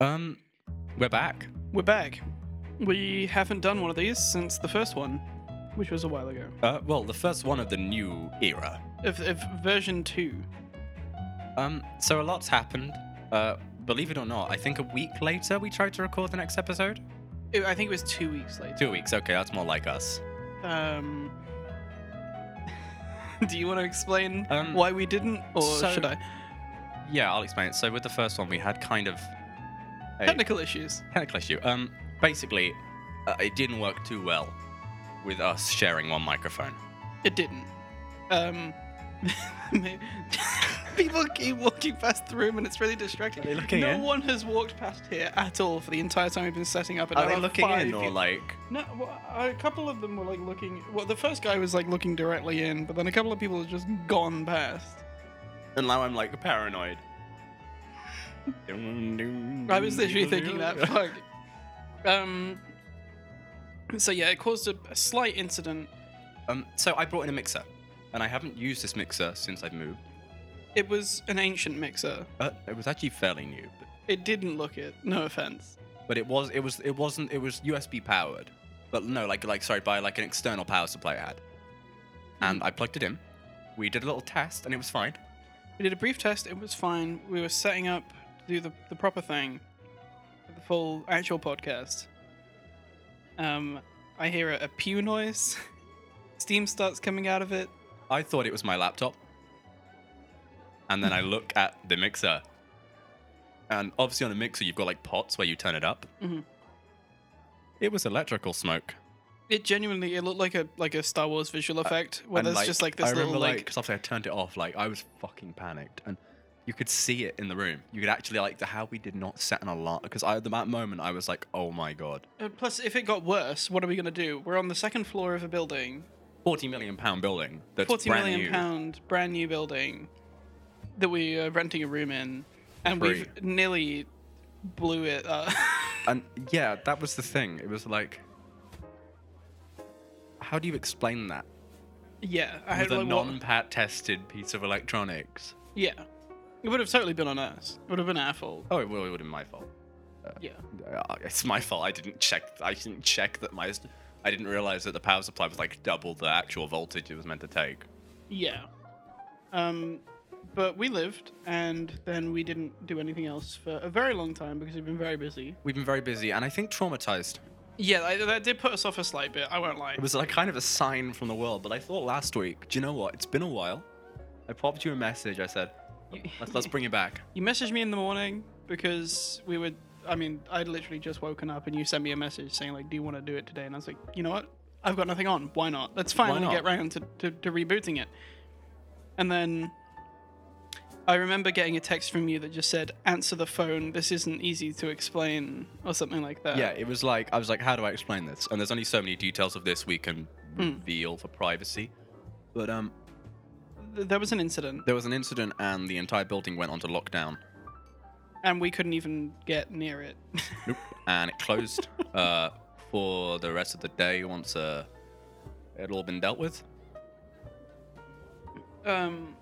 Um, we're back. We're back. We haven't done one of these since the first one, which was a while ago. Uh, well, the first one of the new era. If, if version two. Um, so a lot's happened. Uh, believe it or not, I think a week later we tried to record the next episode. It- I think it was two weeks later. Two weeks. Okay, that's more like us. Um. do you want to explain Um, why we didn't, or so- should I? Yeah, I'll explain it. So with the first one, we had kind of a Technical issues. technical issue. Um, basically, uh, it didn't work too well with us sharing one microphone. It didn't. Um. People keep walking past the room and it's really distracting. Are they looking no in? one has walked past here at all for the entire time we've been setting up. and Are now they I've looking five in or people- like? No, well, a couple of them were like looking. Well, the first guy was like looking directly in, but then a couple of people had just gone past. And now I'm like paranoid. I Mm, was literally thinking that. Fuck. Um. So yeah, it caused a, a slight incident. Um, so I brought in a mixer, and I haven't used this mixer since I've moved. It was an ancient mixer. Uh, it was actually fairly new, but, It didn't look it. No offense. but it was it was it wasn't it was USB powered, but no, like like sorry, by like an external power supply I had. And I plugged it in. We did a little test, and it was fine. We did a brief test. It was fine. We were setting up to do the, the proper thing, for the full actual podcast. Um, I hear a, a pew noise. Steam starts coming out of it. I thought it was my laptop, and then I look at the mixer, and obviously on a mixer you've got like pots where you turn it up. Mhm. It was electrical smoke. It genuinely it looked like a like a Star Wars visual effect where Uh, And, there's just like this I little remember, like, because after I turned it off, like I was fucking panicked, and you could see it in the room. You could actually like the how we did not set an alarm because I at that moment I was like, oh my god, Uh, plus, if it got worse, what are we gonna do? We're on the second floor of a building, forty million pound building that's forty brand million new. pound, brand new building that we are renting a room in, and Free. we've nearly blew it uh, up. And yeah, that was the thing. It was like, how do you explain that yeah, I with had a like, what- non-pat tested piece of electronics? yeah, it would have totally been on us. It would have been our fault. Oh, well, it would have been my fault. Yeah, Uh, It's my fault. I didn't check. I didn't check that my. I didn't realize that the power supply was like double the actual voltage it was meant to take. yeah. Um, but we lived, and then we didn't do anything else for a very long time because we've been very busy. We've been very busy and I think traumatized. Yeah, I, that did put us off a slight bit. I won't lie. It was like kind of a sign from the world, but I thought last week, do you know what? It's been a while. I popped you a message. I said, let's, let's bring it back. You messaged me in the morning because we were. I mean, I'd literally just woken up and you sent me a message saying, like, do you want to do it today? And I was like, you know what? I've got nothing on. Why not? Let's finally not? get round to, to, to rebooting it. And then I remember getting a text from you that just said, answer the phone. This isn't easy to explain, or something like that. Yeah, it was like, I was like, how do I explain this? And there's only so many details of this we can Hmm. reveal for privacy. But um, Th- There was an incident, there was an incident and the entire building went onto lockdown. and we couldn't even get near it. Nope. And it closed uh, for the rest of the day once uh, it had all been dealt with. Um,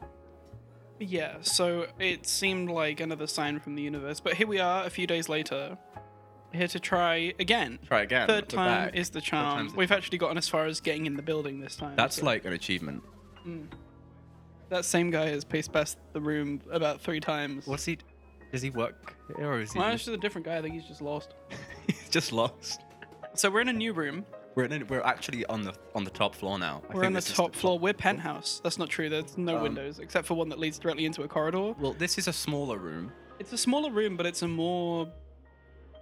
yeah, so it seemed like another sign from the universe, but here we are a few days later, here to try again. Try again. Third We're time back. is the charm. time's the We've actually gotten as far as getting in the building this time. That's so- like an achievement. that same guy has paced past the room about three times. What's he? Does he work here or is he Well, actually, the different guy. I think he's just lost. he's just lost? So we're in a new room. We're in, we're actually on the on the top floor now. I We're on the this is top floor. We're penthouse. That's not true. There's no Um, windows except for one that leads directly into a corridor. Well, this is a smaller room. It's a smaller room, but it's a more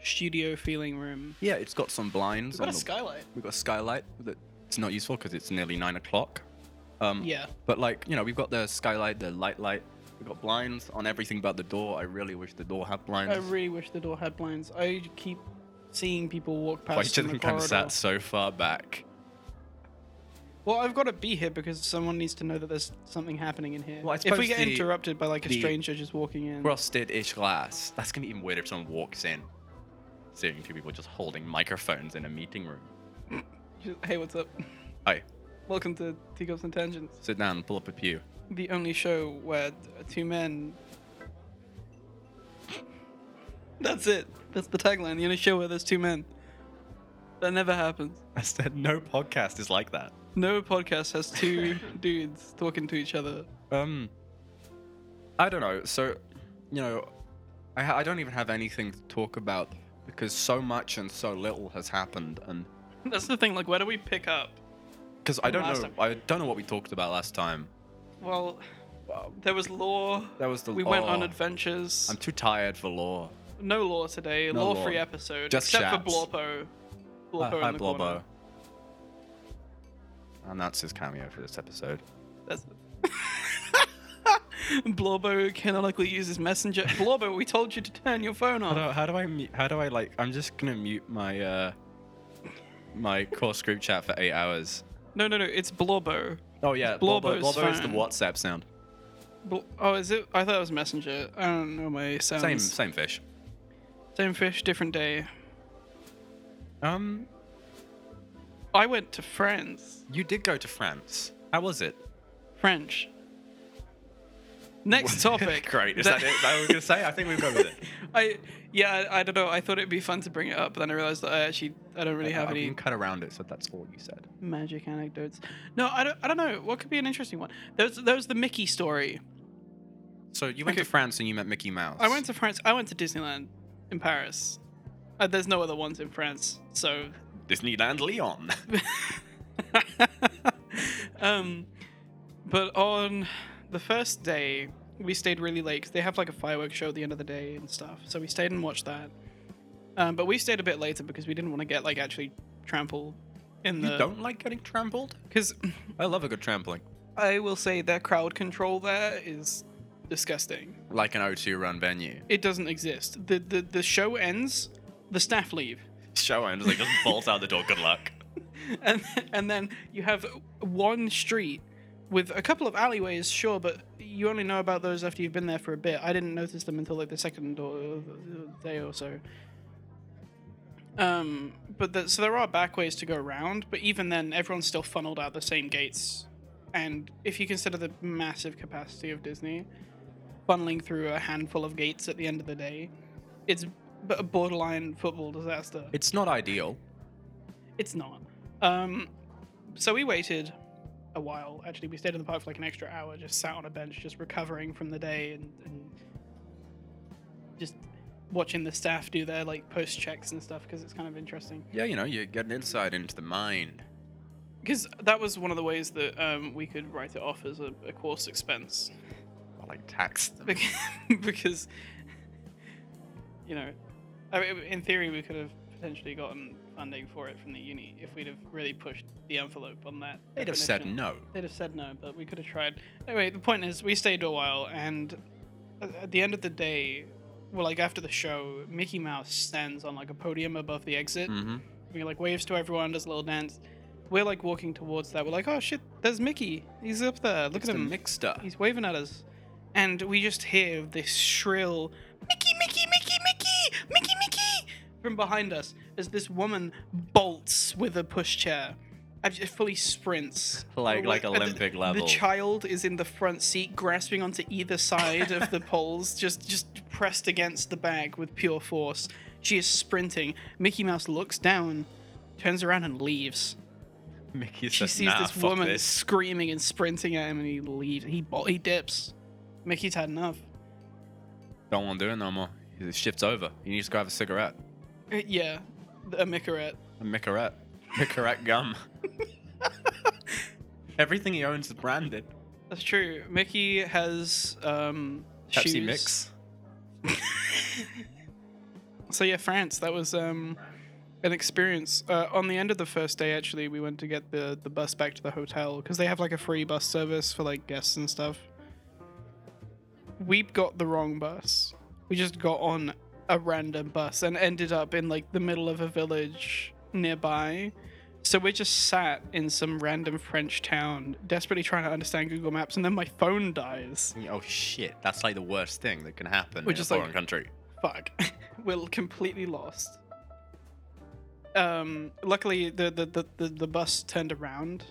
studio feeling room. Yeah, it's got some blinds. We've on got a the- skylight. We've got a skylight that's not useful because it's nearly nine o'clock. Um, Yeah. But like you know, we've got the skylight, the light light. We've got blinds on everything but the door. I really wish the door had blinds. I really wish the door had blinds. I keep seeing people walk Why past. should in the think I'm corridor. sat so far back? Well, I've got to be here because someone needs to know that there's something happening in here. Well, I if we suppose get the- interrupted by like a the- stranger just walking in, Frosted-ish glass. That's gonna be even weirder if someone walks in, seeing two people just holding microphones in a meeting room. just, hey, what's up? Hey, Welcome to Teacups and Tangents, sit down, pull up a pew. the only show where t- two men That's it. That's the tagline. You're in a show where there's two men. That never happens. I said no podcast is like that. No podcast has two dudes talking to each other. Um, I don't know. So, you know, I, ha- I don't even have anything to talk about because so much and so little has happened, and That's the thing. Like, where do we pick up? because I don't Last know, time- I don't know what we talked about last time. Well, there was lore. That was the We went on oh, adventures. I'm too tired for lore. No lore today. No lore free lore. episode. Just except chats. for Blorpo. Blorpo Hi, in Ah, hi the Blobbo. corner. And that's his cameo for this episode. That's Blorbo canonically uses Messenger. Blorbo, we told you to turn your phone How do, off. how do I mute? How do I like? I'm just gonna mute my uh, my course group chat for eight hours. No, no, no. It's Blorbo. Oh yeah, Blobbo, Blobbo's Blobbo is the phone. WhatsApp sound. Bl- oh, is it? I thought it was Messenger. I don't know my sounds. Same, same fish. Same fish, different day. Um, I went to France. You did go to France. How was it? French. Next topic. Great. Is that, it? Is that what we're gonna say? I think we've got with it. I yeah, I, I don't know. I thought it'd be fun to bring it up, but then I realized that I actually I don't really have I any Uh, can cut around it, so that's all you said. magic anecdotes. No, I don't. I don't know. What could be an interesting one? There was, there was the Mickey story. So you went Okay. to France and you met Mickey Mouse. I went to France. I went to Disneyland in Paris. Uh, there's no other ones in France, so. Disneyland Leon. um, but on the first day, we stayed really late 'cause they have like a fireworks show at the end of the day and stuff. So we stayed and watched that. Um, but we stayed a bit later because we didn't want to get like actually trampled in you the don't like getting trampled? because I love a good trampling. I will say their crowd control there is disgusting. Like an O2 run venue. It doesn't exist. The the, the show ends, the staff leave, Show and like just bolts out the door. Good luck. and and then you have one street with a couple of alleyways, sure, but you only know about those after you've been there for a bit. I didn't notice them until like the second or day or so. Um, but the, so there are back ways to go around, but even then, everyone's still funneled out the same gates. And if you consider the massive capacity of Disney, funneling through a handful of gates at the end of the day, it's b- a borderline football disaster. It's not ideal. It's not. Um, so we waited a while. Actually, we stayed in the park for like an extra hour, just sat on a bench, just recovering from the day and, and just watching the staff do their like post checks and stuff because it's kind of interesting. Yeah, you know, you get an insight into the mind. Because that was one of the ways that um, we could write it off as a, a course expense I like tax them. Bec- because you know, I mean, in theory, we could have potentially gotten funding for it from the uni if we'd have really pushed the envelope on that. They'd have said definition. no. They'd have said no, but we could have tried. Anyway, the point is, we stayed a while, and at at the end of the day, well, like after the show, Mickey Mouse stands on like a podium above the exit. Mm-hmm. He like waves to everyone, does a little dance. We're like walking towards that. We're like, oh shit, there's Mickey. He's up there. Look It's at the him. mixed up. He's waving at us, and we just hear this shrill Mickey, Mickey, Mickey, Mickey, Mickey, Mickey from behind us as this woman bolts with a pushchair. I just fully sprints Like- like and the- Olympic level. The child is in the front seat, grasping onto either side of the poles, just just pressed against the bag with pure force. She is sprinting. Mickey Mouse looks down, turns around, and leaves. Mickey She says, sees "Nah, this fuck woman this." screaming and sprinting at him, and he leaves. He bo- he dips. Mickey's had enough. Don't want to do it no more. The shift's over. You need to go have a cigarette. Uh, Yeah, a Micorette. A Micorette. Micorette gum. Everything he owns is branded. That's true. Mickey has um, Pepsi shoes. Mix. So yeah, France. That was um, an experience. Uh, on the end of the first day, actually, we went to get the the bus back to the hotel because they have like a free bus service for like guests and stuff. We got the wrong bus. We just got on a random bus and ended up in like the middle of a village nearby. So we just sat in some random French town, desperately trying to understand Google Maps, and then my phone dies. Oh shit, that's like the worst thing that can happen Which in a is like- foreign country. fuck we're completely lost um luckily the the, the, the the bus turned around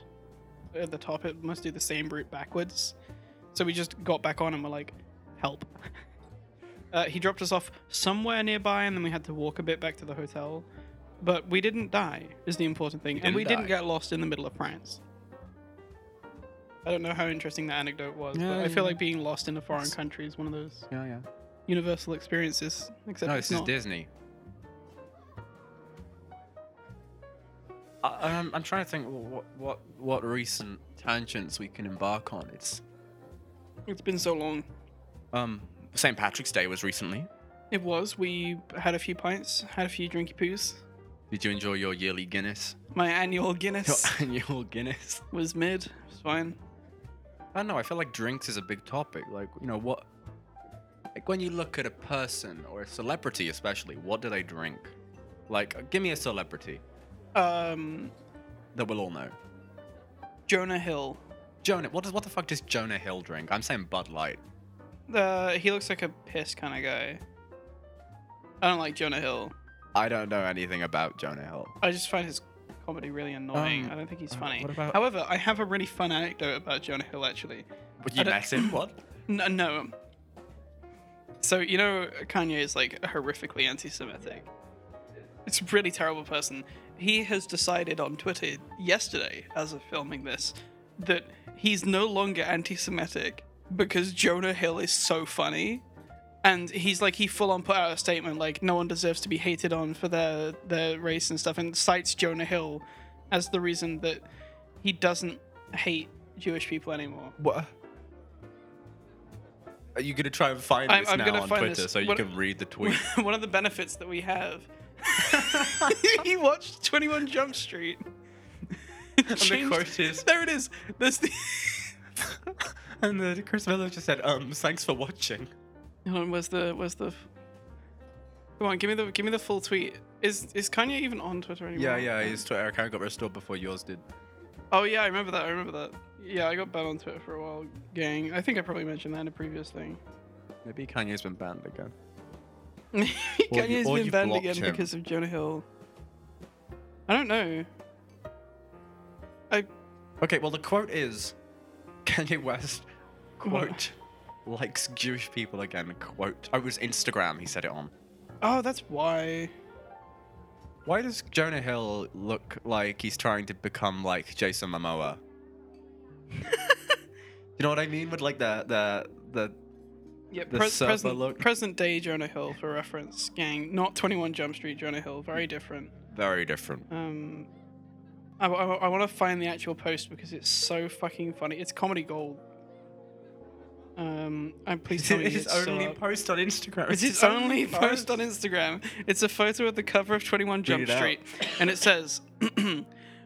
at the top it must do the same route backwards so we just got back on and were like help Uh, he dropped us off somewhere nearby, and then we had to walk a bit back to the hotel. But we didn't die, is the important thing, and didn't we die. didn't get lost in the middle of France. I don't know how interesting that anecdote was, Yeah, but I feel yeah. like being lost in a foreign country is one of those Yeah, yeah. universal experiences. Except no, it's this is not. Disney. I, I'm, I'm trying to think what, what what recent tangents we can embark on. It's It's been so long. um St. Patrick's Day was recently. It was. We had a few pints, had a few drinky poos. Did you enjoy your yearly Guinness? My annual Your Guinness annual Guinness? was mid. It was fine. I don't know. I feel like drinks is a big topic. Like you know what? Like when you look at a person or a celebrity, especially, what do they drink? Like, give me a celebrity Um, that we'll all know. Jonah Hill. Jonah. What does what the fuck does Jonah Hill drink? I'm saying Bud Light. Uh, he looks like a piss kind of guy. I don't like Jonah Hill. I don't know anything about Jonah Hill. I just find his comedy really annoying. Um, I don't think he's uh, funny. what about- However, I have a really fun anecdote about Jonah Hill actually. Would I you don't- mess him? What? No, no. So you know, Kanye is like horrifically anti-Semitic. It's a really terrible person. He has decided on Twitter yesterday, as of filming this, that he's no longer anti-Semitic because Jonah Hill is so funny, and he's like he full on put out a statement like no one deserves to be hated on for their their race and stuff, and cites Jonah Hill as the reason that he doesn't hate Jewish people anymore. What? Are you gonna try and find I'm- this I'm now gonna on find Twitter this. so you What- can read the tweet? one of the benefits that we have. he watched 21 Jump Street. Changed- quote is- There it is. There's the. and uh, Chris Miller just said, "Um, thanks for watching." Hold on, where's the where's the Come on, give me the give me the full tweet. Is is Kanye even on Twitter anymore? Yeah, yeah. His Twitter account got restored before yours did. Oh yeah, I remember that. I remember that. Yeah, I got banned on Twitter for a while, gang. I think I probably mentioned that in a previous thing. Maybe Kanye's been banned again. Or you- Kanye's or been you've banned blocked again him. because of Jonah Hill. I don't know. I Okay, well the quote is, Kanye West, What? quote, likes Jewish people again. Quote. Oh, it was Instagram. He said it on. Oh, that's why. Why does Jonah Hill look like he's trying to become like Jason Momoa? you know what I mean with like the the the Yeah, The pres- surfer present, look. present day Jonah Hill for reference, gang. Not 21 Jump Street Jonah Hill. Very different. very different. Um, I, want to find the actual post because it's so fucking funny. It's comedy gold. Um, and please tell me It's his it's still only up. post on Instagram. It's his only post on Instagram. It's a photo of the cover of 21 Jump it out. Street, and it says,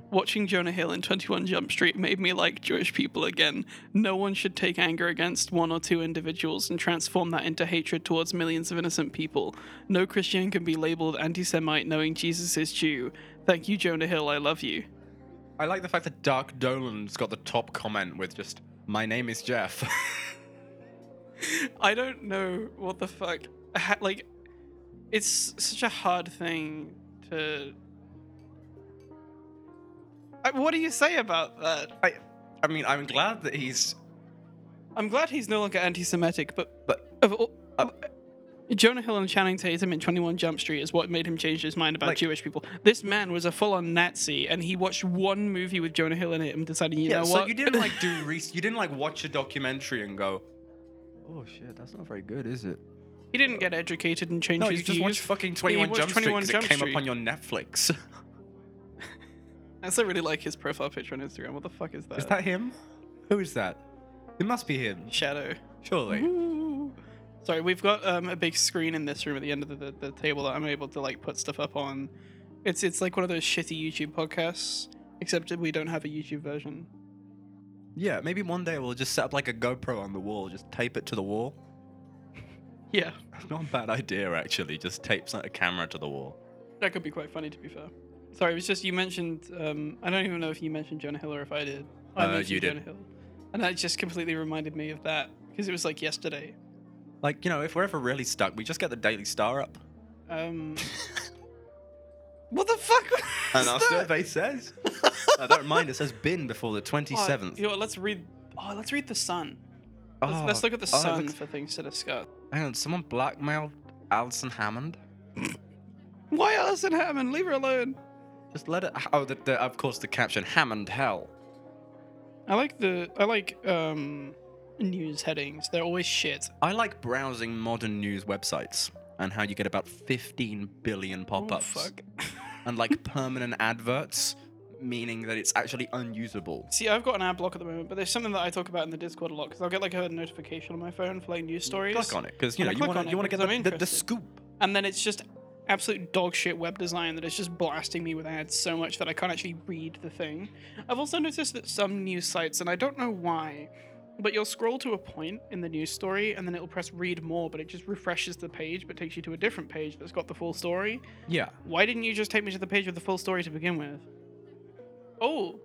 "Watching Jonah Hill in 21 Jump Street made me like Jewish people again. No one should take anger against one or two individuals and transform that into hatred towards millions of innocent people. No Christian can be labeled anti-Semite knowing Jesus is Jew. Thank you, Jonah Hill. I love you." I like the fact that Dark Dolan's got the top comment with just "My name is Jeff." I don't know what the fuck. Ha- like, it's such a hard thing to. I, what do you say about that? I, I mean, I'm glad that he's. I'm glad he's no longer anti-Semitic, but But of all, Uh, Jonah Hill and Channing Tatum in 21 Jump Street is what made him change his mind about Like- Jewish people. This man was a full-on Nazi, and he watched one movie with Jonah Hill in it and decided, you yeah, know so what? you didn't like do re- you didn't like watch a documentary and go, "Oh shit, that's not very good, is it?" he didn't get educated and change No, his you just views. watched fucking 21 watched Jump Street 21 because it Jump came Street. up on your Netflix. I still really like his profile picture on Instagram. What the fuck is that? is that him? Who is that? It must be him, Shadow. Mm-hmm. surely. Ooh. Sorry, we've got um, a big screen in this room at the end of the, the, the table that I'm able to like put stuff up on. It's it's like one of those shitty YouTube podcasts, except that we don't have a YouTube version. Yeah, maybe one day we'll just set up like a GoPro on the wall, just tape it to the wall. Yeah, That's not a bad idea, actually. Just tape a camera to the wall. that could be quite funny to be fair. Sorry, it was just you mentioned. Um, I don't even know if you mentioned Jonah Hill or if I did. I Uh, mentioned you did. Jonah Hill, and that just completely reminded me of that because it was like yesterday. Like, you know, if we're ever really stuck, we just get the Daily Star up. Um, what the fuck? was And our that? survey says. I don't mind, it says bin before the Oh, 27th. you know what, let's read. Oh, let's read the Sun. Let's, oh, let's look at the oh, it sun looks- for things to discuss. hang on, someone blackmailed Alison Hammond. Why Alison Hammond? Leave her alone. Just let it. Oh, the, the, of course, the caption Hammond Hell. I like the I like um news headings. They're always shit. I like browsing modern news websites and how you get about 15 billion Oh, pop ups fuck. and like permanent adverts, meaning that it's actually unusable. See, I've got an ad block at the moment, but there's something that I talk about in the Discord a lot because I'll get like a notification on my phone for like news stories. Click on it because you know I'm gonna you click want on to it you want to because I'm get the, the, the interested. scoop. and then it's just absolute dog shit web design that is just blasting me with ads so much that I can't actually read the thing. I've also noticed that some news sites, and I don't know why, but you'll scroll to a point in the news story and then it'll press read more, but it just refreshes the page but takes you to a different page that's got the full story. Yeah. Why didn't you just take me to the page with the full story to begin with? Oh,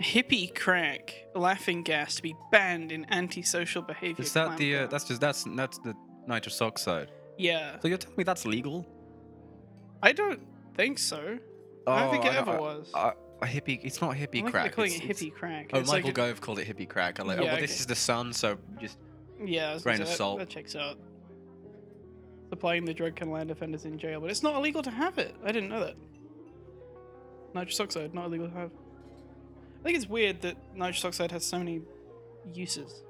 hippie crack, laughing gas to be banned in antisocial behavior. Is that the uh, clampdown. that's just that's that's the nitrous oxide. yeah? So you're telling me that's legal? I don't think so. I don't think it ever was. Oh, Uh, a hippie. It's not hippie I like that crack. They're calling it's- it it's- hippie crack. Oh, It's Michael like a- Gove called it hippie crack. I'm like, oh, Yeah, well, okay. this is the sun, so just yeah, I was grain gonna say, of that- salt. That checks out. Supplying the drug can land offenders in jail, but it's not illegal to have it. I didn't know that. Nitrous oxide, not illegal to have. I think it's weird that nitrous oxide has so many uses.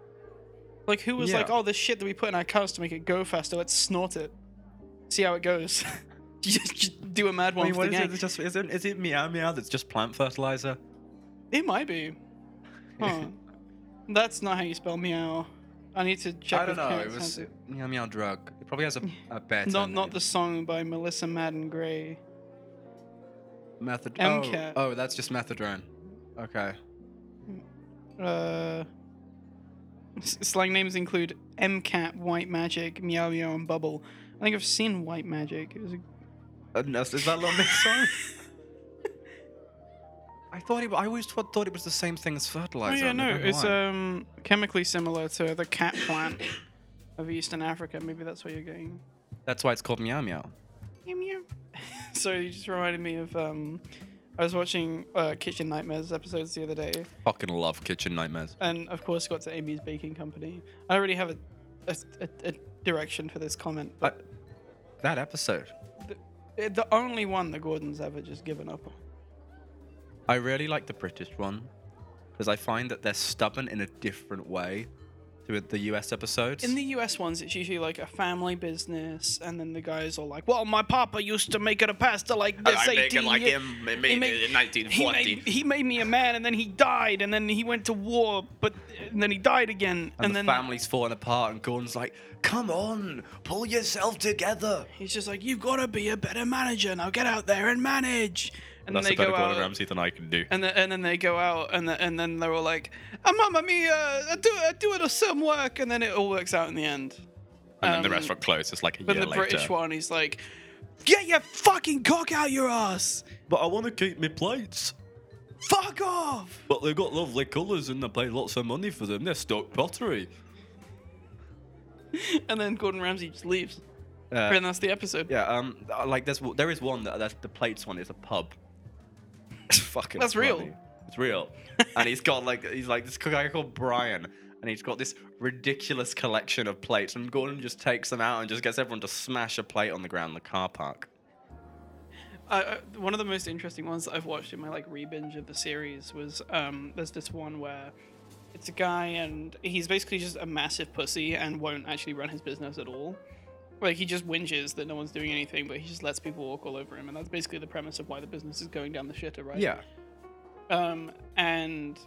Like, who was Yeah. like, oh, this shit that we put in our cars to make it go faster, let's snort it. See how it goes. just, just do a mad one I mean, for what the is gang. it? It's just is it, is it meow meow? That's just plant fertilizer. It might be. Huh. That's not how you spell meow. I need to check. I don't with know. It Terrence was Hansen. meow meow drug. It probably has a, a better not not name. the song by Melissa Madden Gray. method. MCAT. Oh, oh, that's just methadone. Okay. Uh, s- slang names include MCAT, White Magic, Meow Meow, and Bubble. I think I've seen White Magic. It was a, Uh, no, is that Little Mix song? I thought it. I always thought, thought it was the same thing as oh fertilizer. yeah, and I no, don't know it's why. um chemically similar to the cat plant of Eastern Africa. Maybe that's where you're getting. That's why it's called meow meow. Meow meow. so you just reminded me of um, I was watching uh, Kitchen Nightmares episodes the other day. Fucking love kitchen nightmares. and of course got to Amy's Baking Company. I already have a, a, a- a direction for this comment, but That episode. it- the only one that Gordon's ever just given up on. I really like the British one because I find that they're stubborn in a different way to the US episodes. In the US ones, it's usually like a family business, and then the guys are like, "Well, my papa used to make it a pasta like this." 18 year- He made, he made he made me a man, and then he died, and then he went to war, but and then he died again, and, and, the then family's falling apart, and Gordon's like, "Come on, pull yourself together." he's just like, "You've got to be a better manager now. Get out there and manage." And then they go out. than I can do. And then, and then they go out, and the, and then they're all like, oh, "Mamma mia, I do I do it some work," and then it all works out in the end. And then the Um, restaurant closed. It's like a But year the later. British one, he's like, "Get your fucking cock out your ass! But I want to keep my plates. Fuck off!" But they've got lovely colours and they pay lots of money for them. They're stock pottery. And then Gordon Ramsay just leaves, Uh, and that's the episode. yeah, um, uh, like there's w- there is one that that's the plates one is a pub. It's fucking. That's real. funny. It's real. and he's got like he's like this guy called Brian, and he's got this ridiculous collection of plates, and Gordon just takes them out and just gets everyone to smash a plate on the ground in the car park. I, I, one of the most interesting ones that I've watched in my like rebinge of the series was um, there's this one where it's a guy and he's basically just a massive pussy and won't actually run his business at all. Like he just whinges that no one's doing anything, but he just lets people walk all over him, and that's basically the premise of why the business is going down the shitter, right? Um, and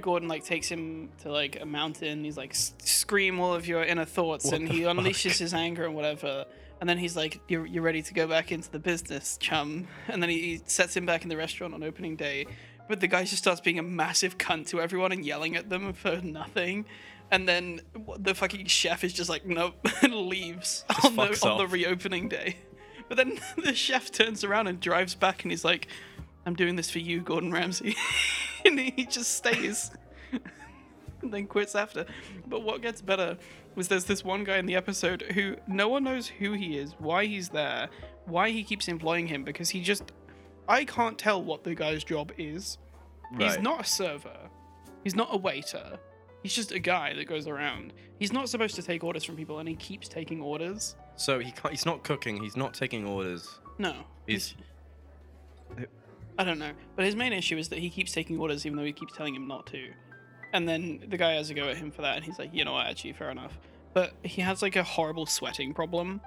Gordon like takes him to like a mountain. He's like, "S- scream all of your inner thoughts, What and the he fuck? unleashes his anger and whatever. And then he's like, you're, you're ready to go back into the business, chum. And then he, he sets him back in the restaurant on opening day. But the guy just starts being a massive cunt to everyone and yelling at them for nothing. And then w- the fucking chef is just like, nope, and leaves on the, fucks on the off. reopening day. But then the chef turns around and drives back and he's like, I'm doing this for you, Gordon Ramsay. and he just stays and then quits after. But what gets better was there's this one guy in the episode who no one knows who he is, why he's there, why he keeps employing him, because he just. I can't tell what the guy's job is. He's Right. not a server, he's not a waiter. He's He's just a guy that goes around. He's not supposed to take orders from people, and he keeps taking orders. So he can't, he's not cooking. He's not taking orders. No. He's I don't know. But his main issue is that he keeps taking orders even though he keeps telling him not to. And then the guy has a go at him for that and he's like, you know what, actually, fair enough. But he has like a horrible sweating problem.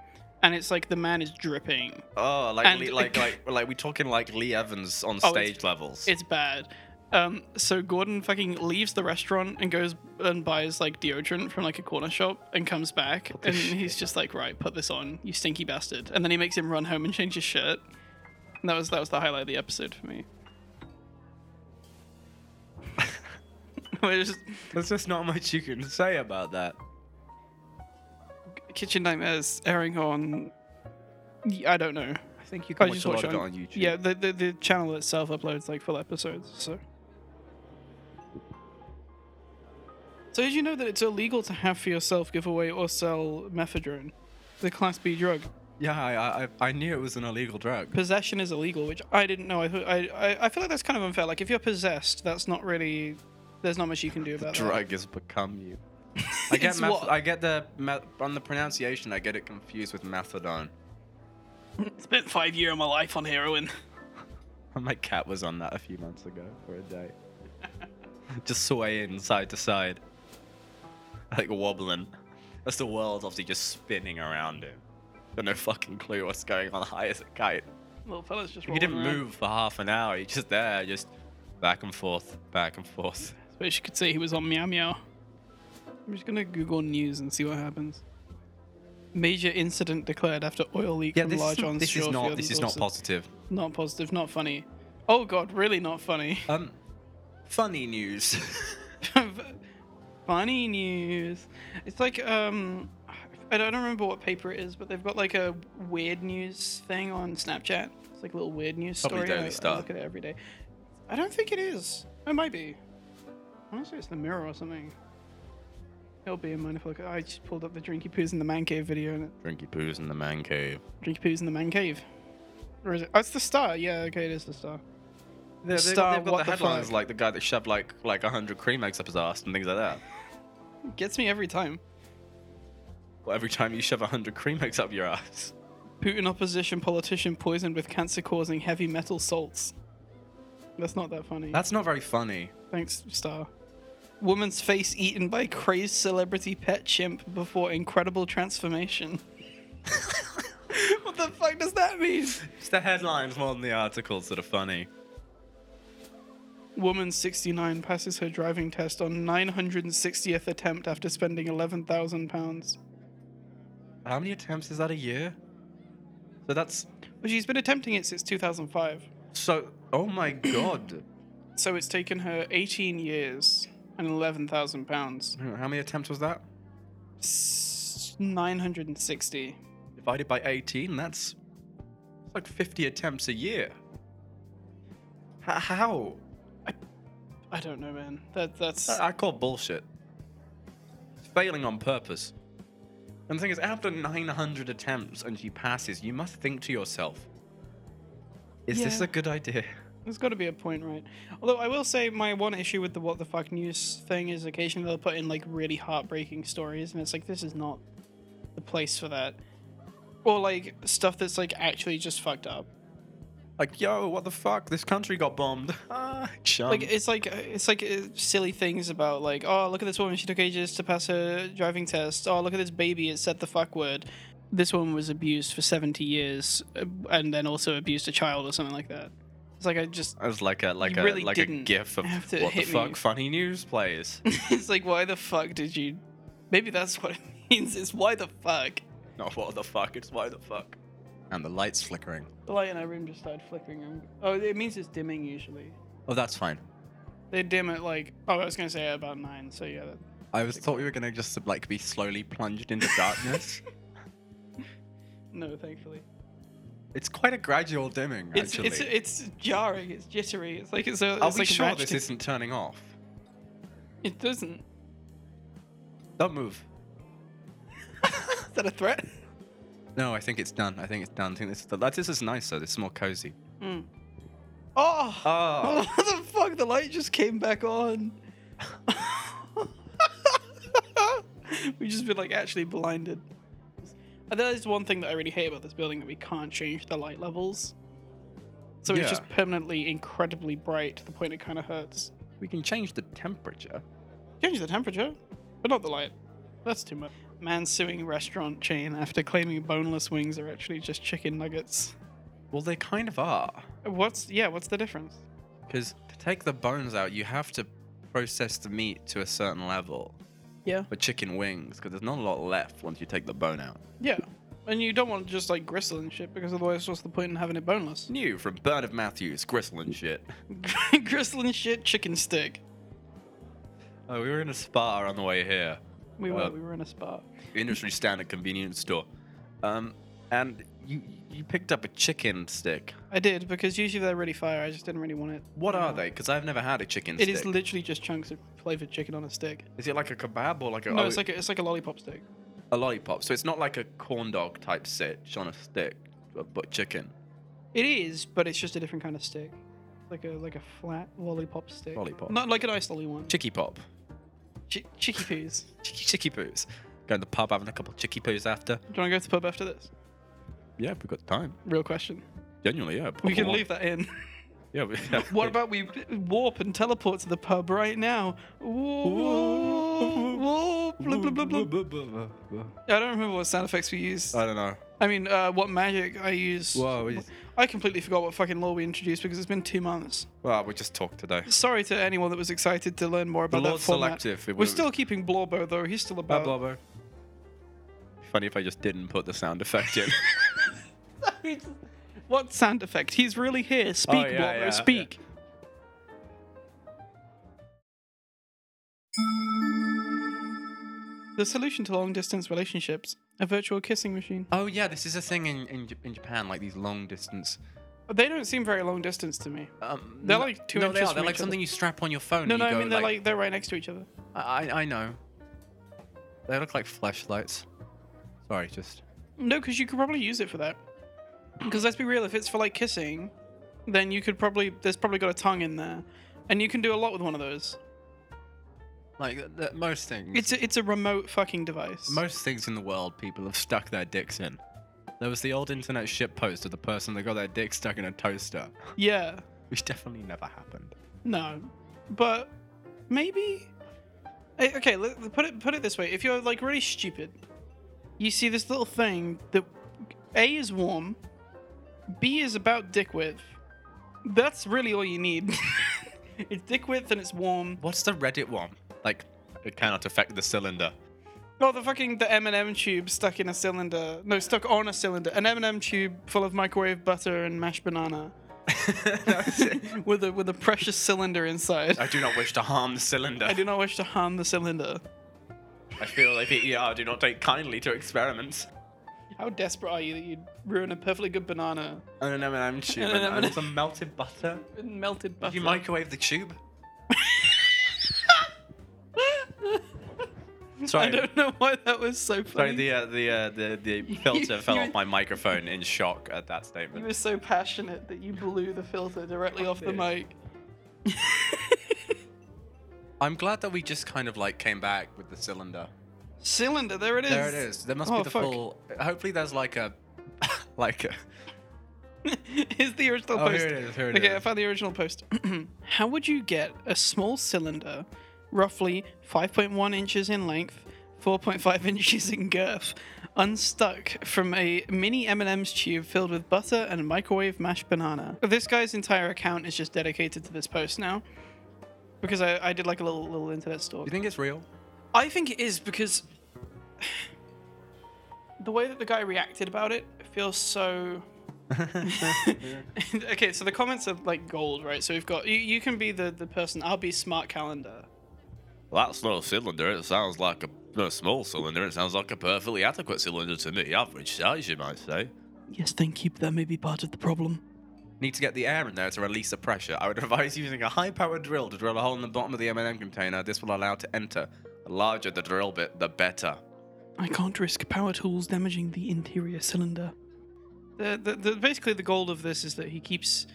And it's like the man is dripping. oh like And- Lee, like like like we talking like Lee Evans on Oh, it's- stage levels. It's bad. Um, so Gordon fucking leaves the restaurant and goes and buys like deodorant from like a corner shop and comes back What the and shit? he's just like, right, put this on, you stinky bastard. And then he makes him run home and change his shirt. And that was that was the highlight of the episode for me. We're just There's just not much you can say about that. Kitchen Nightmares airing on. y- I don't know. I think you I can watch just a lot watch of it it on- on YouTube. Yeah, the, the the channel itself uploads like full episodes. So. So did you know that it's illegal to have for yourself, give away, or sell methadone, the class B drug? yeah. I, I I knew it was an illegal drug. Possession is illegal, which I didn't know. I thought- I I, I feel like that's kind of unfair. Like if you're possessed, that's not really. There's not much you can do The about that. drug has become you. I get It's meth- what- I get the meth- on the pronunciation. I get it confused with methadone. Spent five years of my life on heroin. My cat was on that a few months ago for a day. just swaying side to side. Like wobbling. That's the world obviously just spinning around him. Got no fucking clue what's going on high as a kite. Little fella's just. He didn't rolling around. move for half an hour. He's just there, just back and forth, back and forth. Wish you could say he was on Meow Meow. I'm just gonna Google news and see what happens. Major incident declared after oil leak from large on this is shore not field this is not exhausted. positive. Not positive, not funny. Oh god, really not funny. Um, funny news. funny news. It's like um, I don't I don't remember what paper it is, but they've got like a weird news thing on Snapchat. It's like a little weird news Probably story. Daily I- I Star. look at it every day. I don't think it is. It might be. I want to say it's the Mirror or something. It'll be in mine if I look. at- I just pulled up the Drinky Poos in the Man Cave video and it Drinky poos in the man cave. Drinky Poos in the Man Cave. Or is it? Oh, it's the star. Yeah, okay, it is the star. They've, got, Star, they've got what the the headlines fuck? like the guy that shoved like like hundred cream eggs up his ass and things like that. Gets me every time. Well, every time you shove a hundred cream eggs up your ass. Putin opposition politician poisoned with cancer causing heavy metal salts. That's not that funny. That's not very funny. Thanks, Star. Woman's face eaten by crazed celebrity pet chimp before incredible transformation. what the fuck does that mean? It's the headlines more than the articles that are funny. Woman 69 passes her driving test on 960th attempt after spending £11,000. How many attempts is that a year? So that's But she's been attempting it since 2005. so. Oh my god. So it's taken her 18 years and £11,000. How many attempts was that? S- 960. Divided by eighteen. That's it's like fifty attempts a year. H- how? I don't know, man. That that's I I call bullshit. It's failing on purpose. And the thing is, after 900 attempts and she passes, you must think to yourself, is this Yeah. a good idea? there's got to be a point, right? Although I will say my one issue with the what the fuck news thing is occasionally they'll put in like really heartbreaking stories, and it's like this is not the place for that, or like stuff that's like actually just fucked up. Like, yo, what the fuck? This country got bombed. Ah, chum. Uh, Like it's like it's like uh, silly things about like oh look at this woman she took ages to pass her driving test oh look at this baby it said the fuck word this woman was abused for seventy years uh, and then also abused a child or something like that it's like I just That was like a like You a really like a didn't gif of have to what the hit me. fuck funny news plays. it's like why the fuck did you maybe that's what it means it's why the fuck Not what the fuck, it's why the fuck. And the lights flickering. the light in our room just started flickering I'm- oh it means it's dimming usually Oh, that's fine. they dim at like oh I was gonna say about nine so yeah that, I was thought we were gonna just like be slowly plunged into darkness. no thankfully it's quite a gradual dimming, it's, actually. it's it's jarring it's jittery it's like it's a Are it's we like sure ratchet. this isn't turning off? It doesn't. Don't move. Is that a threat? No, I think it's done. I think it's done. I think this is the, that, this is nicer. This is more cozy. Oh! Oh. Ah. What the fuck? The light just came back on. we just been like actually blinded. And that is one thing that I really hate about this building that we can't change the light levels. So Yeah. it's just permanently incredibly bright to the point it kind of hurts. We can change the temperature. Change the temperature, but not the light. That's too much. Man suing restaurant chain after claiming boneless wings are actually just chicken nuggets. Well, they kind of are. What's yeah? What's the difference? Because to take the bones out, you have to process the meat to a certain level. Yeah. For chicken wings, because there's not a lot left once you take the bone out. Yeah, and you don't want to just like gristle and shit because otherwise, what's the point in having it boneless? New from Bird of Matthews, gristle and shit. gristle and shit, chicken stick. Oh, we were in a spa on the way here. We were Uh, we were in a spa. Industry standard convenience store. Um, and you you picked up a chicken stick. I did because usually they're really fire. I just didn't really want it. What are No. they? Because I've never had a chicken Mm. It stick. is literally just chunks of flavored chicken on a stick. Is it like a kebab or like a no, oh, it's like a, it's like a lollipop stick. a lollipop? So it's not like a corn dog type sitch on a stick, but- but chicken It is, but it's just a different kind of stick, like a like a flat lollipop stick. lollipop. Not like an ice lolly one. Chicky pop. Ch- chicky peas. Chicky chicky poos. Going to the pub having a couple of chicky poos after. Do you want to go to the pub after this? Yeah, we've got time. Real question. Genuinely, yeah. We can Pop- leave that in. Yeah. We, What about we warp and teleport to the pub right now? Warp, warp, blub, blub, blub, blub. I don't remember what sound effects we used. I don't know. I mean, uh, what magic I used. Well, we, I completely forgot what fucking law we introduced because it's been two months. well, we just talked today. Sorry to anyone that was excited to learn more The about that Lord's format. selective. It We're was- still keeping Blorbo though. He's still Blah, about. blah, blah. Funny if I just didn't put the sound effect in. what sound effect? He's really here. Speak, Oh, yeah, Blorbo. yeah, speak. The solution to long distance relationships: a virtual kissing machine. oh yeah, this is a thing in in, J- in Japan, like these long distance. They don't seem very long distance to me. Um, They're no- like two no, inches they are. from They're each like other. something you strap on your phone. No, and no, you I go, mean they're like they're right next to each other. I, I I know. They look like flashlights. Sorry, just. No, because you could probably use it for that. Because let's be real, if it's for like kissing, then you could probably there's probably got a tongue in there, and you can do a lot with one of those. Like th- th- most things. It's a, it's a remote fucking device. most things in the world, people have stuck their dicks in. There was the old internet shitpost of the person that got their dick stuck in a toaster, yeah, which definitely never happened. no, but maybe. Eh, Okay, let, put it put it this way: if you're like really stupid, you see this little thing that A is warm, B is about dick width. That's really all you need. it's dick width and it's warm. What's the Reddit one? Like, it cannot affect the cylinder. Oh, the fucking the M and M tube stuck in a cylinder. No, stuck on a cylinder. An M and M tube full of microwave butter and mashed banana, with a with a precious cylinder inside. I do not wish to harm the cylinder. I I, do not wish to harm the cylinder. feel like the ER do not take kindly to experiments. How desperate are you that you'd ruin a perfectly good banana And an M&M tube And an and, M&M. and some melted butter. with melted butter? Did you microwave the tube? I Sorry, don't know why that was so funny. sorry. The uh, the uh, the the filter fell you- off my microphone in shock at that you statement. were so passionate that you blew the filter directly off the did. mic. I'm glad that we just kind of like came back with the cylinder. Cylinder, there it is. There it is. There must Oh, be the fuck. full. Hopefully, there's like a, like a. Here's the original Oh, post. here it is. Here it Okay, I is. found the original post. How would you get a small cylinder, roughly 5.1 inches in length, 4.5 inches in girth, unstuck from a mini M&M's tube filled with butter and microwave mashed banana? This guy's entire account is just dedicated to this post now, because I, I did like a little little internet stalk. Do you think it's real? I think it is because the way that the guy reacted about it feels so. okay, so the comments are like gold, right? So we've got you, you can be the, the person. I'll be smart calendar. Well, that's not a cylinder. It sounds like a, not a small cylinder. It sounds like a perfectly adequate cylinder to me. Average size, you might say. Yes, thank you. That may be part of the problem. Need to get the air in there to release the pressure. I would advise using a high-powered drill to drill a hole in the bottom of the M&M container. This will allow it to enter. The larger the drill bit, the better. I can't risk power tools damaging the interior cylinder. The, the, the, basically, the goal of this is that he keeps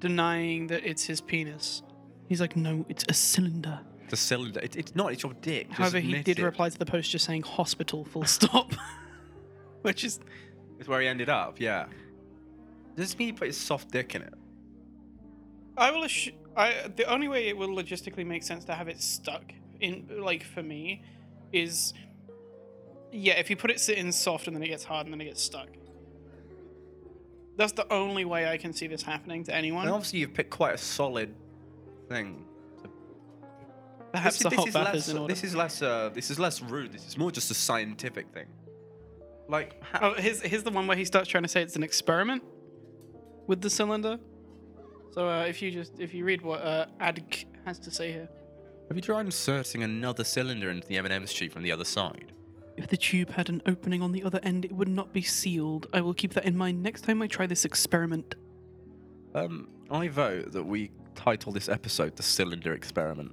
denying that it's his penis. He's like, no, it's a cylinder. the cylinder. It, it's not. It's your dick. Just However, he admit did it. reply to the post just saying hospital full stop. Which is It's where he ended up. Yeah. Does this mean he put his soft dick in it? I will. Assu- I the only way it will logistically make sense to have it stuck in, like for me, is yeah. If you put it sit in soft and then it gets hard and then it gets stuck. That's the only way I can see this happening to anyone. And obviously, you've picked quite a solid thing. Perhaps this, the hot is bath less. is in order. This is less. Uh, this is less rude. This is more just a scientific thing. Like, ha- Oh, here's, here's the one where he starts trying to say it's an experiment with the cylinder. So uh, if you just if you read what uh, Adk has to say here, have you tried inserting another cylinder into the M&M's tube from the other side? If the tube had an opening on the other end, it would not be sealed. I will keep that in mind next time I try this experiment. Um, I vote that we title this episode "The Cylinder Experiment."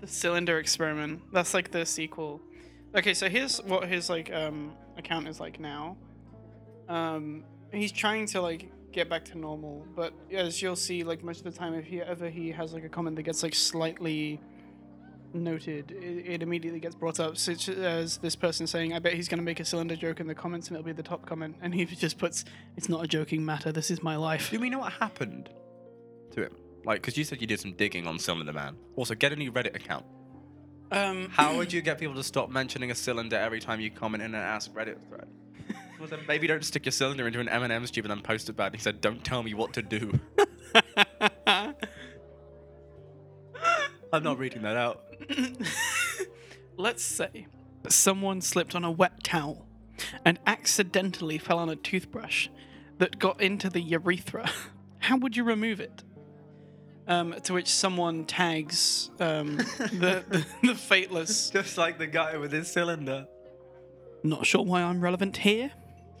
The cylinder experiment. That's like the sequel. Okay, so here's what his like um account is like now. Um he's trying to like get back to normal, but as you'll see, like most of the time if he ever he has like a comment that gets like slightly noted, it, it immediately gets brought up, such as this person saying, I bet he's gonna make a cylinder joke in the comments and it'll be the top comment and he just puts, It's not a joking matter, this is my life. Do we know what happened to him? Like, because you said you did some digging on Cylinder Man. Also, get a new Reddit account. Um How would you get people to stop mentioning a cylinder every time you comment in an Ask Reddit thread? Well, then maybe don't stick your cylinder into an M&M's tube and then post about it. He said, "Don't tell me what to do." I'm not reading that out. Let's say someone slipped on a wet towel and accidentally fell on a toothbrush that got into the urethra. How would you remove it? Um, to which someone tags um, the, the the fateless. Just like the guy with his cylinder. Not sure why I'm relevant here.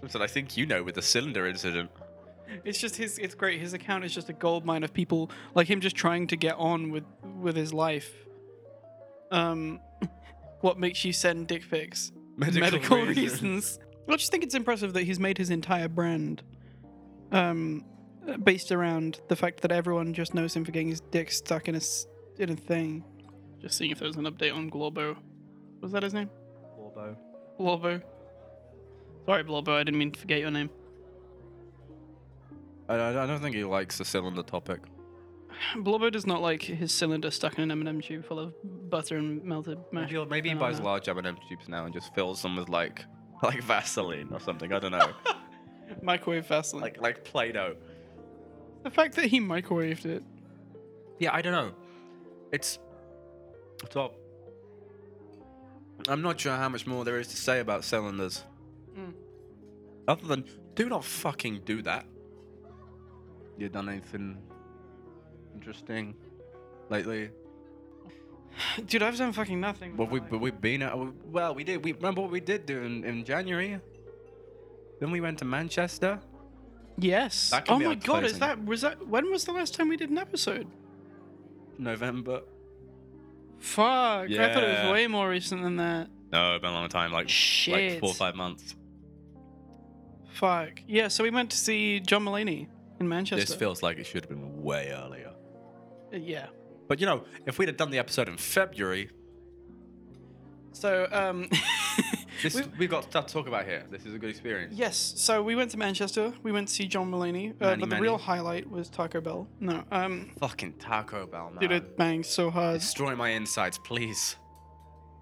So I think you know with the cylinder incident. It's just his. It's great. His account is just a goldmine of people like him, just trying to get on with with his life. Um, what makes you send dick pics? Medical, Medical, reasons. reasons. I just think it's impressive that he's made his entire brand, um, based around the fact that everyone just knows him for getting his dick stuck in a s- in a thing. Just seeing if there was an update on Glorbo. Was that his name? Orbo. Glorbo. Sorry, Blorbo. I didn't mean to forget your name. I, I I don't think he likes the cylinder topic. Blobbo does not like his cylinder stuck in an M&M tube full of butter and melted mash. Maybe, maybe he buys banana. large M&M tubes now and just fills them with like like Vaseline or something. I don't know. Microwave Vaseline. like like Play-Doh. the fact that he microwaved it. Yeah, I don't know. It's top. I'm not sure how much more there is to say about cylinders. Hmm. Mm. Other than, do not fucking do that. You done anything interesting lately? Dude, I've done fucking nothing. with Well, my we life. but we've been out. Well, we did. We remember what we did do in, in January. Then we went to Manchester. yes. That can Oh be my our god, is closing. that was that when was the last time we did an episode? November. Fuck. I thought it Yeah. was way more recent than that. No, it's been a long time. Like Shit. like four or five months. Fuck. Yeah, so we went to see John Mulaney in Manchester. This feels like it should have been way earlier. Uh, yeah. But you know, if we'd have done the episode in February, So, um this We've- we've, got stuff to talk about here. This is a good experience. Yes, so we went to Manchester. We went to see John Mulaney, uh, Many, but the many. real highlight was Taco Bell. No, um, Fucking Taco Bell, man. dude, it banged so hard. Destroy my insides, please.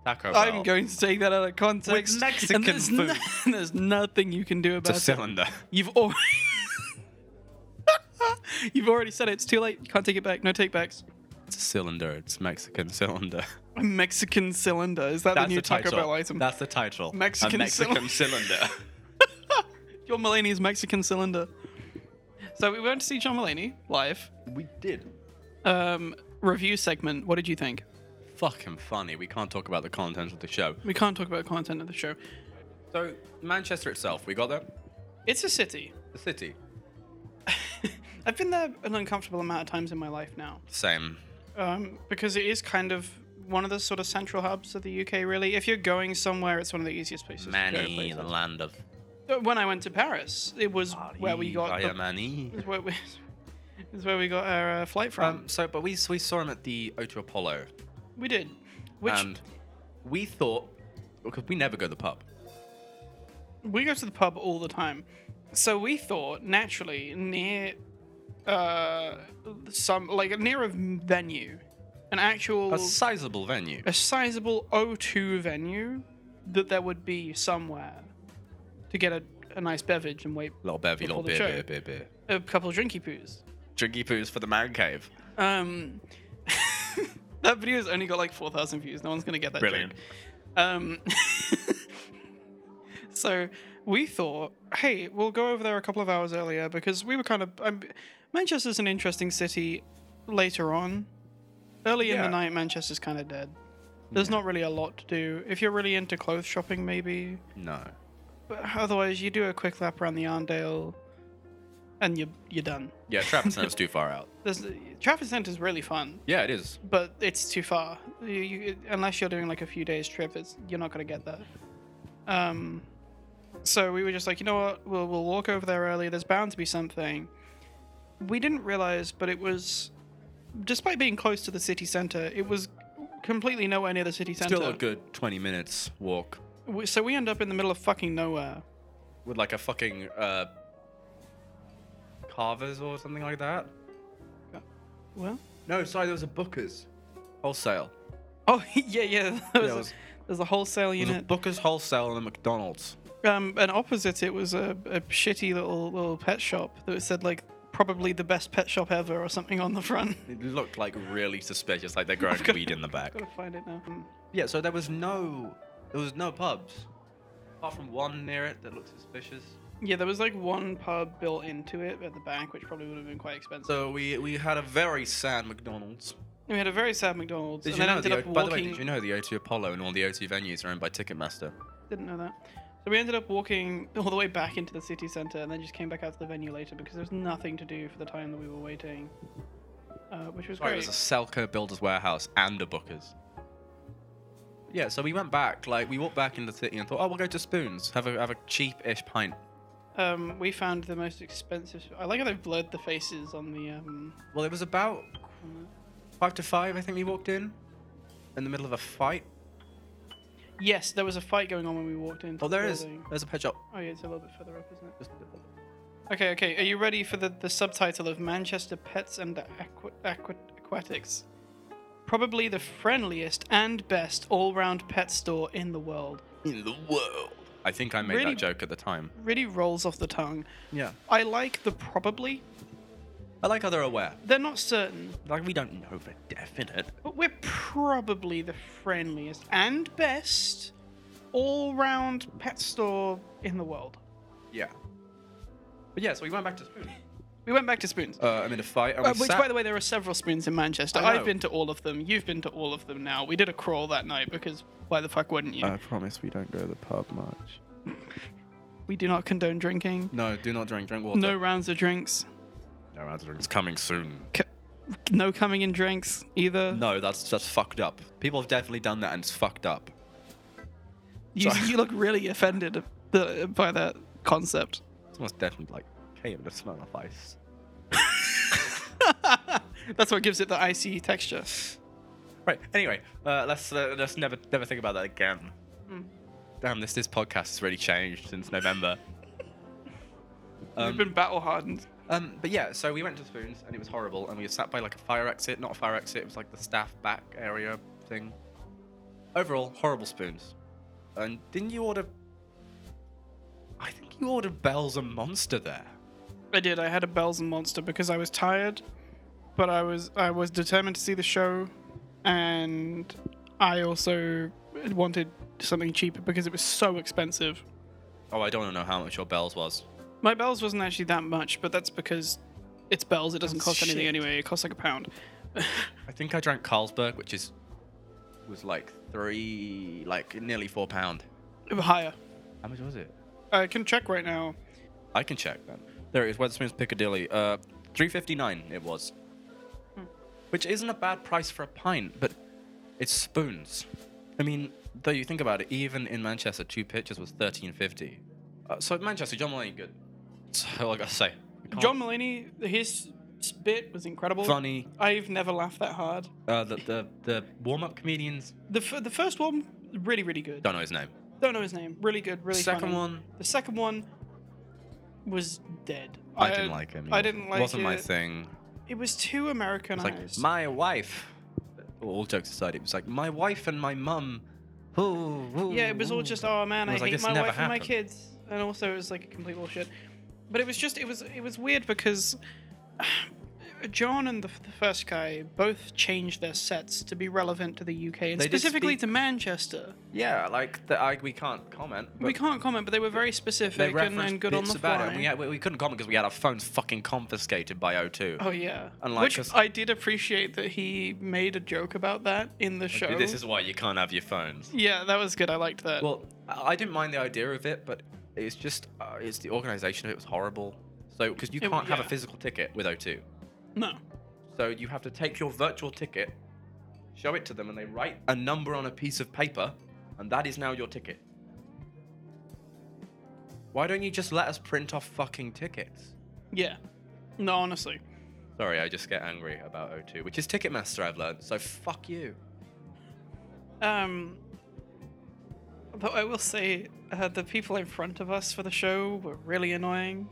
Taco Bell. I'm going to take that out of context. With Mexican and there's food. no- there's nothing you can do It's a about it. cylinder. You've already you've already said it. It's too late. You can't take it back. No takebacks. It's a cylinder. It's Mexican cylinder. A Mexican cylinder. Is that the new Taco Bell item? That's the title. Mexican a Mexican cylinder. cylinder. John Mulaney's Mexican cylinder. So we went to see John Mulaney live. we did. Um, review segment. What did you think? Fucking funny. We can't talk about the content of the show. We can't talk about content of the show. So Manchester itself, we got there. It's a city. The city. I've been there an uncomfortable amount of times in my life now. Same. um, because it is kind of one of the sort of central hubs of the UK. Really, if you're going somewhere, it's one of the easiest places. Manny, to the go land of places. When I went to Paris, it was Ah, where we got Via the, Manny. is where we, is where we got our uh, flight from. Um, so, but we we saw him at the O2 Apollo. we did. Which and we thought because we never go to the pub. we go to the pub all the time. So we thought naturally near uh some like near a venue, an actual A sizable venue. a sizable O2 venue that there would be somewhere to get a, a nice beverage and wait Little bevy, little Before beer, the beer, show. beer, beer. a couple of drinky poos. Drinky poos for the man cave. Um, that video's only got like 4,000 views. No one's going to get that Brilliant. joke. Um, so we thought, hey, we'll go over there a couple of hours earlier because we were kind of. Um, Manchester's an interesting city later on. Early in Yeah. the night, Manchester's kind of dead. There's not really a lot to do. If you're really into clothes shopping, maybe. No. But otherwise, you do a quick lap around the Arndale and you're, you're done. Yeah, Trappist Center's too far out. There's, traffic centre's really fun Yeah, it is. but it's too far. You, you, unless you're doing like a few days trip, it's you're not gonna get there. Um, so we were just like, you know what? We'll we'll walk over there early. There's bound to be something. We didn't realize, but it was, despite being close to the city center, it was completely nowhere near the city center. Still a good 20 minutes walk We- So we end up in the middle of fucking nowhere. with like a fucking uh, Carver's or something like that. Well. No, sorry, there was a Booker's wholesale. Oh yeah, yeah. There was it a- was- there's a wholesale There was a unit. Booker's wholesale and a McDonald's. Um, and opposite it was a, a shitty little little pet shop that said like probably the best pet shop ever or something on the front. It looked like really suspicious, like they're growing got- weed in the back. Gotta find it now. Um, Yeah, so there was no, there was no pubs, apart from one near it that looked suspicious. Yeah, there was like one pub built into it at the back, which probably would have been quite expensive. So we we had a very sad McDonald's. we had a very sad McDonald's, Did and you then know? ended The, up O- walking. by the way, did you know the O2 Apollo and all the O2 venues are owned by Ticketmaster? Didn't know that. So we ended up walking all the way back into the city center, and then just came back out to the venue later because there was nothing to do for the time that we were waiting, uh, which was Sorry, great. it was a Selco Builders Warehouse and a Booker's. Yeah, so we went back, like we walked back in the city and thought, oh, we'll go to Spoons, have a have a cheap-ish pint. Um, we found the most expensive. I like how they've blurred the faces on the. Um, Well, it was about five to five, I think we walked in, in the middle of a fight. Yes, there was a fight going on when we walked into Oh, there the is, building. there's a pet shop. Oh, yeah, it's a little bit further up, isn't it? Just- Okay, okay. Are you ready for the, the subtitle of Manchester Pets and Aqu- Aqu- Aquatics? Probably the friendliest and best all round pet store in the world. In the world. I think I made Really- that joke at the time. Really rolls off the tongue. Yeah. I like the probably. I like how they're aware. They're not certain, Like we don't know for definite. but we're probably the friendliest and best all round pet store in the world. Yeah. But yeah, so we went back to Spoons. We went back to Spoons. Uh, I'm in a fight. And we Uh, which, sat- by the way, there are several spoons in Manchester. I know. I've been to all of them. You've been to all of them now. We did a crawl that night because why the fuck wouldn't you? I promise we don't go to the pub much. we do not condone drinking. No, do not drink. Drink water. No rounds of drinks. No, I don't- it's coming soon. C- no coming in drinks either. No, that's that's fucked up. People have definitely done that and it's fucked up. You, Sorry. you look really offended the, by that concept. Someone's definitely like, hey, I'm the smell of ice. That's what gives it the icy texture. Right. Anyway, uh, let's uh, let's never never think about that again. Damn, this this podcast has really changed since November. We've been battle hardened. Um, but yeah, so we went to Spoons and it was horrible, and we sat by like a fire exit, not a fire exit, it was like the staff back area thing. Overall, horrible Spoons. And didn't you order? I think you ordered Bells and Monster there. I did. I had a Bells and Monster because I was tired, but I was I was determined to see the show, and I also wanted something cheaper because it was so expensive. Oh, I don't know how much your Bells was. My bells wasn't actually that much, but that's because it's bells. It doesn't That's cost shit. anything anyway. It costs like a pound. I think I drank Carlsberg, which is was like three, like nearly four pound. Higher. How much was it? I can check right now. I can check then. There it is, Wetherspoons Piccadilly. Uh, three fifty nine it was, Hmm. which isn't a bad price for a pint, but it's spoons. I mean, though you think about it, even in Manchester, two pitchers was thirteen fifty. Uh, so Manchester, John Mulaney, good. So like I say, we can't- John Mulaney, his That bit was incredible. Funny. I've never laughed that hard. Uh, the the, the warm up comedians. The f- the first one, really, really good. Don't know his name. Don't know his name. Really good. Really. Second funny. one, The second one was dead. I, didn't like him. I didn't like Wasn't my it. thing. It was too It's like Americanized. my wife. All jokes aside, it was like my wife and my mum. Ooh, ooh, yeah, it was all ooh. just oh man, It I was like, hate this my wife never and my happened. kids, and also it was like a complete bullshit. But it was just it was it was weird because John and the, the first guy both changed their sets to be relevant to the UK and They did specifically speak- to Manchester. Yeah, like the, I, we can't comment. we but can't comment, but they were very they specific and, referenced and good on bits the about it, fly. and we, had, we, we couldn't comment because we had our phones fucking confiscated by O2. Oh yeah, And, like, which 'cause- I did appreciate that he made a joke about that in the show. This is why you can't have your phones. yeah, that was good. I liked that. Well, I I didn't mind the idea of it, but it's just uh, it's the organisation of it was horrible. So because you It- can't have yeah. a physical ticket with O2, no, so you have to take your virtual ticket, show it to them, and they write a number on a piece of paper, and that is now your ticket. Why don't you just let us print off fucking tickets? yeah, no, honestly. Sorry, I just get angry about O2, which is Ticketmaster. I've learned, so fuck you. Um, though I will say uh, the people in front of us for the show were really annoying.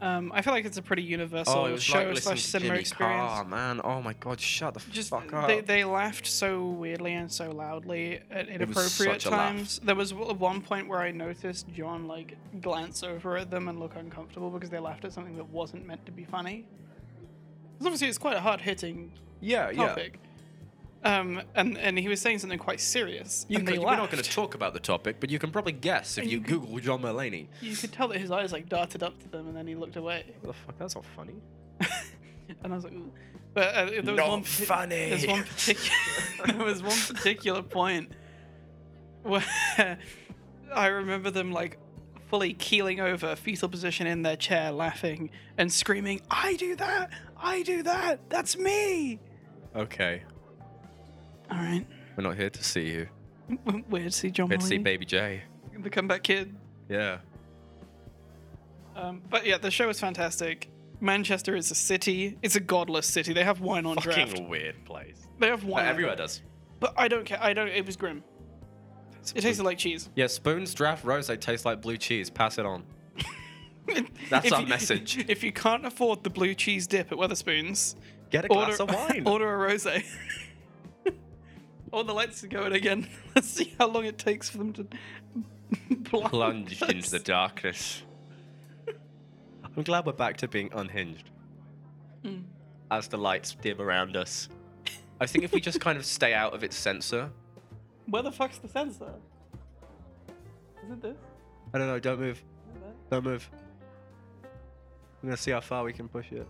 Um, I feel like it's a pretty Oh, universal show slash cinema experience. Carr, man. Oh my god, shut the Just fuck up. they, they laughed so weirdly and so loudly at It was such inappropriate a laugh. times. There was w- one point where I noticed John like glance over at them and look uncomfortable because they laughed at something that wasn't meant to be funny. 'Cause obviously it's quite a hard hitting yeah, yeah. topic. Um, and and he was saying something quite serious. You and could, they we're not going to laughed. talk about the topic, but you can probably guess if And you, you could- Google John Mulaney. You could tell that his eyes like darted up to them, and then he looked away. What the fuck? That's not funny. And I was like, Ooh. but uh, there was Not one parti- funny. There's one particular. there was one particular point where I remember them like fully keeling over, fetal position in their chair, laughing and screaming, "I do that! I do that! That's me!" Okay, All right, we're not here to see you. W- weird. See John. We're here to see Mulaney, Baby J. the comeback kid. Yeah. Um, but yeah, the show is fantastic. Manchester is a city. It's a godless city. They have wine on draft. weird place. They have wine. everywhere does. But I don't care. I don't. It was grim. It tasted like cheese. Yeah, Spoon's draft rose tastes like blue cheese. Pass it on. That's If our you- message. If you can't afford the blue cheese dip at Weatherspoons, Get a order glass of wine. order a rosé. All the lights are going again. Let's see how long it takes for them to plunge Plunged into us. the darkness. I'm glad we're back to being unhinged. Mm. As the lights dim around us. I think if we just kind of stay out of its censor, Where the fuck's the sensor? Is it this? I don't know, don't move. Is it that? Don't move. I'm gonna see how far we can push it.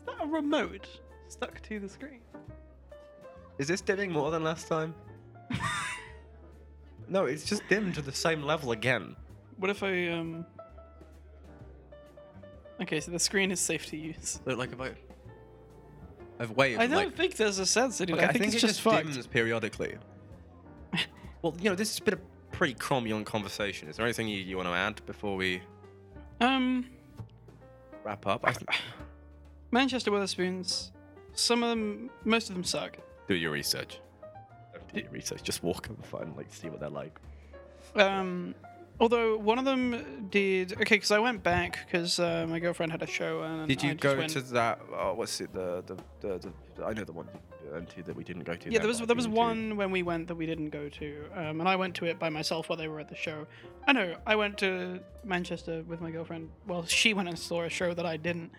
Is that a remote stuck to the screen? Is this dimming more than last time? no, it's just dimmed to the same level again. What if I um? Okay, so the screen is safe to use. Look like a boat. I've waved. I don't like, think there's a sensor. Dude. Okay, I, think it's it just, fucked. dims periodically. well, you know, this has been a pretty crummy on conversation. Is there anything you, you want to add before we Um, wrap up? I th- Manchester Weatherspoons. Some of them, most of them suck. do your research. Don't do your research. Just walk and find, like, see what they're like. Um, although one of them did okay because I went back because uh, my girlfriend had a show and Did I you just go went- to that? Oh, what's it? The the, the the I know the one you went to that we didn't go to. Yeah, that there was I've there was been to. one when we went that we didn't go to, um, and I went to it by myself while they were at the show. I know I went to Manchester with my girlfriend. Well, she went and saw a show that I didn't,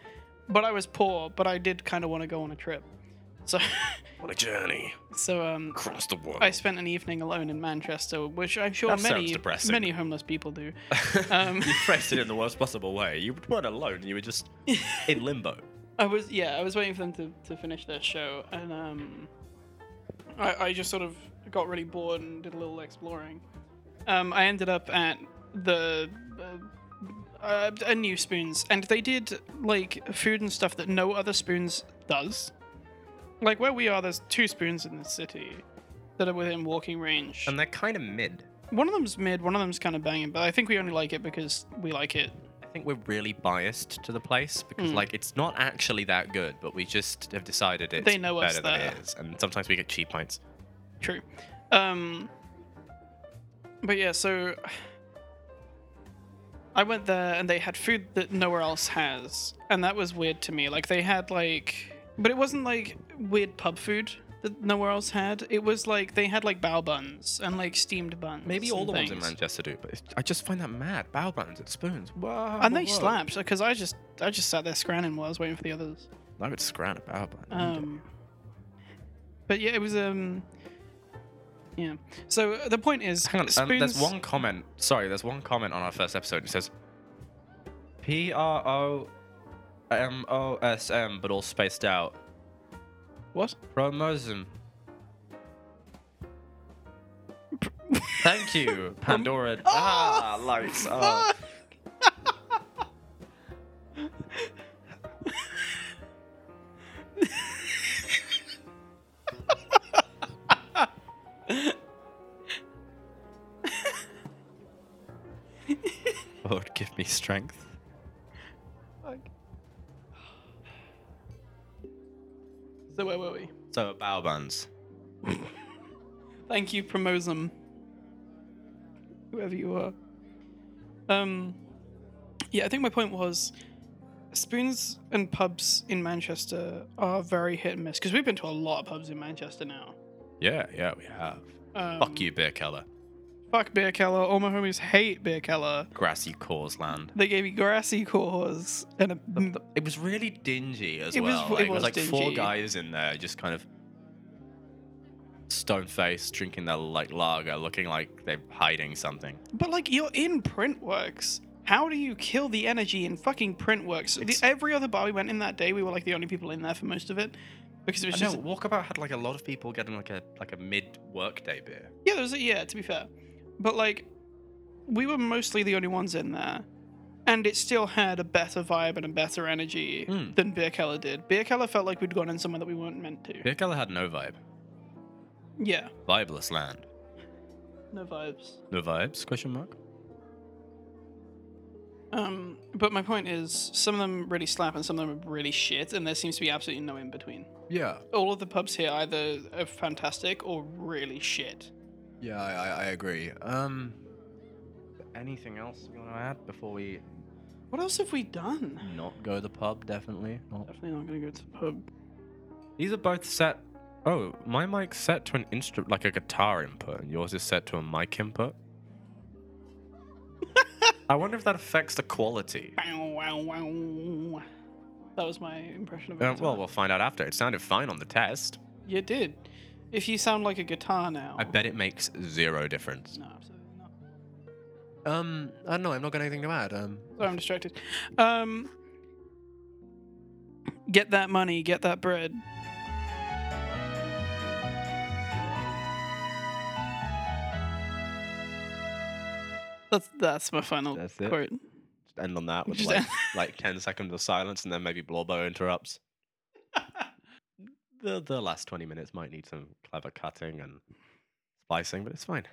but I was poor, but I did kind of want to go on a trip, so What a journey so um, across the world. I spent an evening alone in Manchester, which I'm sure That sounds many depressing. many homeless people do. Um, you phrased it in the worst possible way. You weren't alone. You were just in limbo. I was yeah, I was waiting for them to, to finish their show, and um, I, I just sort of got really bored and did a little exploring. Um, I ended up at the uh, uh, a new spoons, and they did like food and stuff that no other spoons does. Like where we are, there's two spoons in the city that are within walking range. And they're kind of mid. one of them's mid, one of them's kind of banging, but I think we only like it because we like it. I think we're really biased to the place because Mm. like it's not actually that good, but we just have decided it's They know better us than it there. is. And sometimes we get cheap pints. True. Um, but yeah, so I went there and they had food that nowhere else has, and that was weird to me. Like they had like, but it wasn't like weird pub food that nowhere else had. It was like they had like bao buns and like steamed buns. Maybe all and the ones in things. Manchester do, but it's, I just find that mad. Bow buns at spoons. Whoa, And they whoa. slapped because I just I just sat there scranning while I was waiting for the others. I would scran a bow bun. any day. Um, but yeah, it was um, yeah. So uh, the point is, Hang on, um, spoons. there's one comment. Sorry, there's one comment on our first episode. It says P R O M O S M, but all spaced out. What? Promosm. Thank you, Pandora. ah, lights. Oh. Lord, give me strength. So where were we? So, bow buns. Thank you, Promosum. Whoever you are. Um, yeah, I think my point was spoons and pubs in Manchester are very hit and miss because we've been to a lot of pubs in Manchester now. Yeah, yeah, we have. Um, Fuck you, Beer Keller. Fuck Beer Keller. All my homies hate Beer Keller. Grassy Cause Land. They gave me grassy cores and a The- the- it was really dingy as It was- well. it like, Mm. it was was like four dingy. guys in there, just kind of stone faced, drinking their like lager, looking like they're hiding something. But like you're in Printworks. How do you kill the energy in fucking Printworks? The, It's- every other bar we went in that day, we were like the only people in there for most of it, because it was I just know Walkabout had like a lot of people getting like a like a mid workday beer. yeah. There was a, yeah. To be fair, but like we were mostly the only ones in there, and it still had a better vibe and a better energy Mm. than Beer Keller did. Beer Keller felt like we'd gone in somewhere that we weren't meant to. Beer Keller had no vibe. Yeah, Vibeless land. no vibes. No vibes? Question mark. Um, but my point is, some of them really slap and some of them are really shit, and there seems to be absolutely no in between. Yeah, all of the pubs here either are fantastic or really shit. yeah, I, I, I agree. Um, anything else you want to add before we What else have we done? not go to the pub? Definitely not Definitely not gonna go to the pub. These are both set. Oh, my mic's set to an instrument, like a guitar input, and yours is set to a mic input. I wonder if that affects the quality. Bow, wow, wow. That was my impression of it. Uh, well, we'll find out after. It sounded fine on the test. you did. If you sound like a guitar now, I bet it makes zero difference. No, absolutely not. Um, I don't know. I've not got anything to add. Um, Sorry, I'm distracted. Um, get that money, get that bread. That's that's my final That's it? quote. just end on that with Just like, end- like ten seconds of silence, and then maybe Blorbo interrupts. the the last twenty minutes might need some clever cutting and splicing, but it's fine.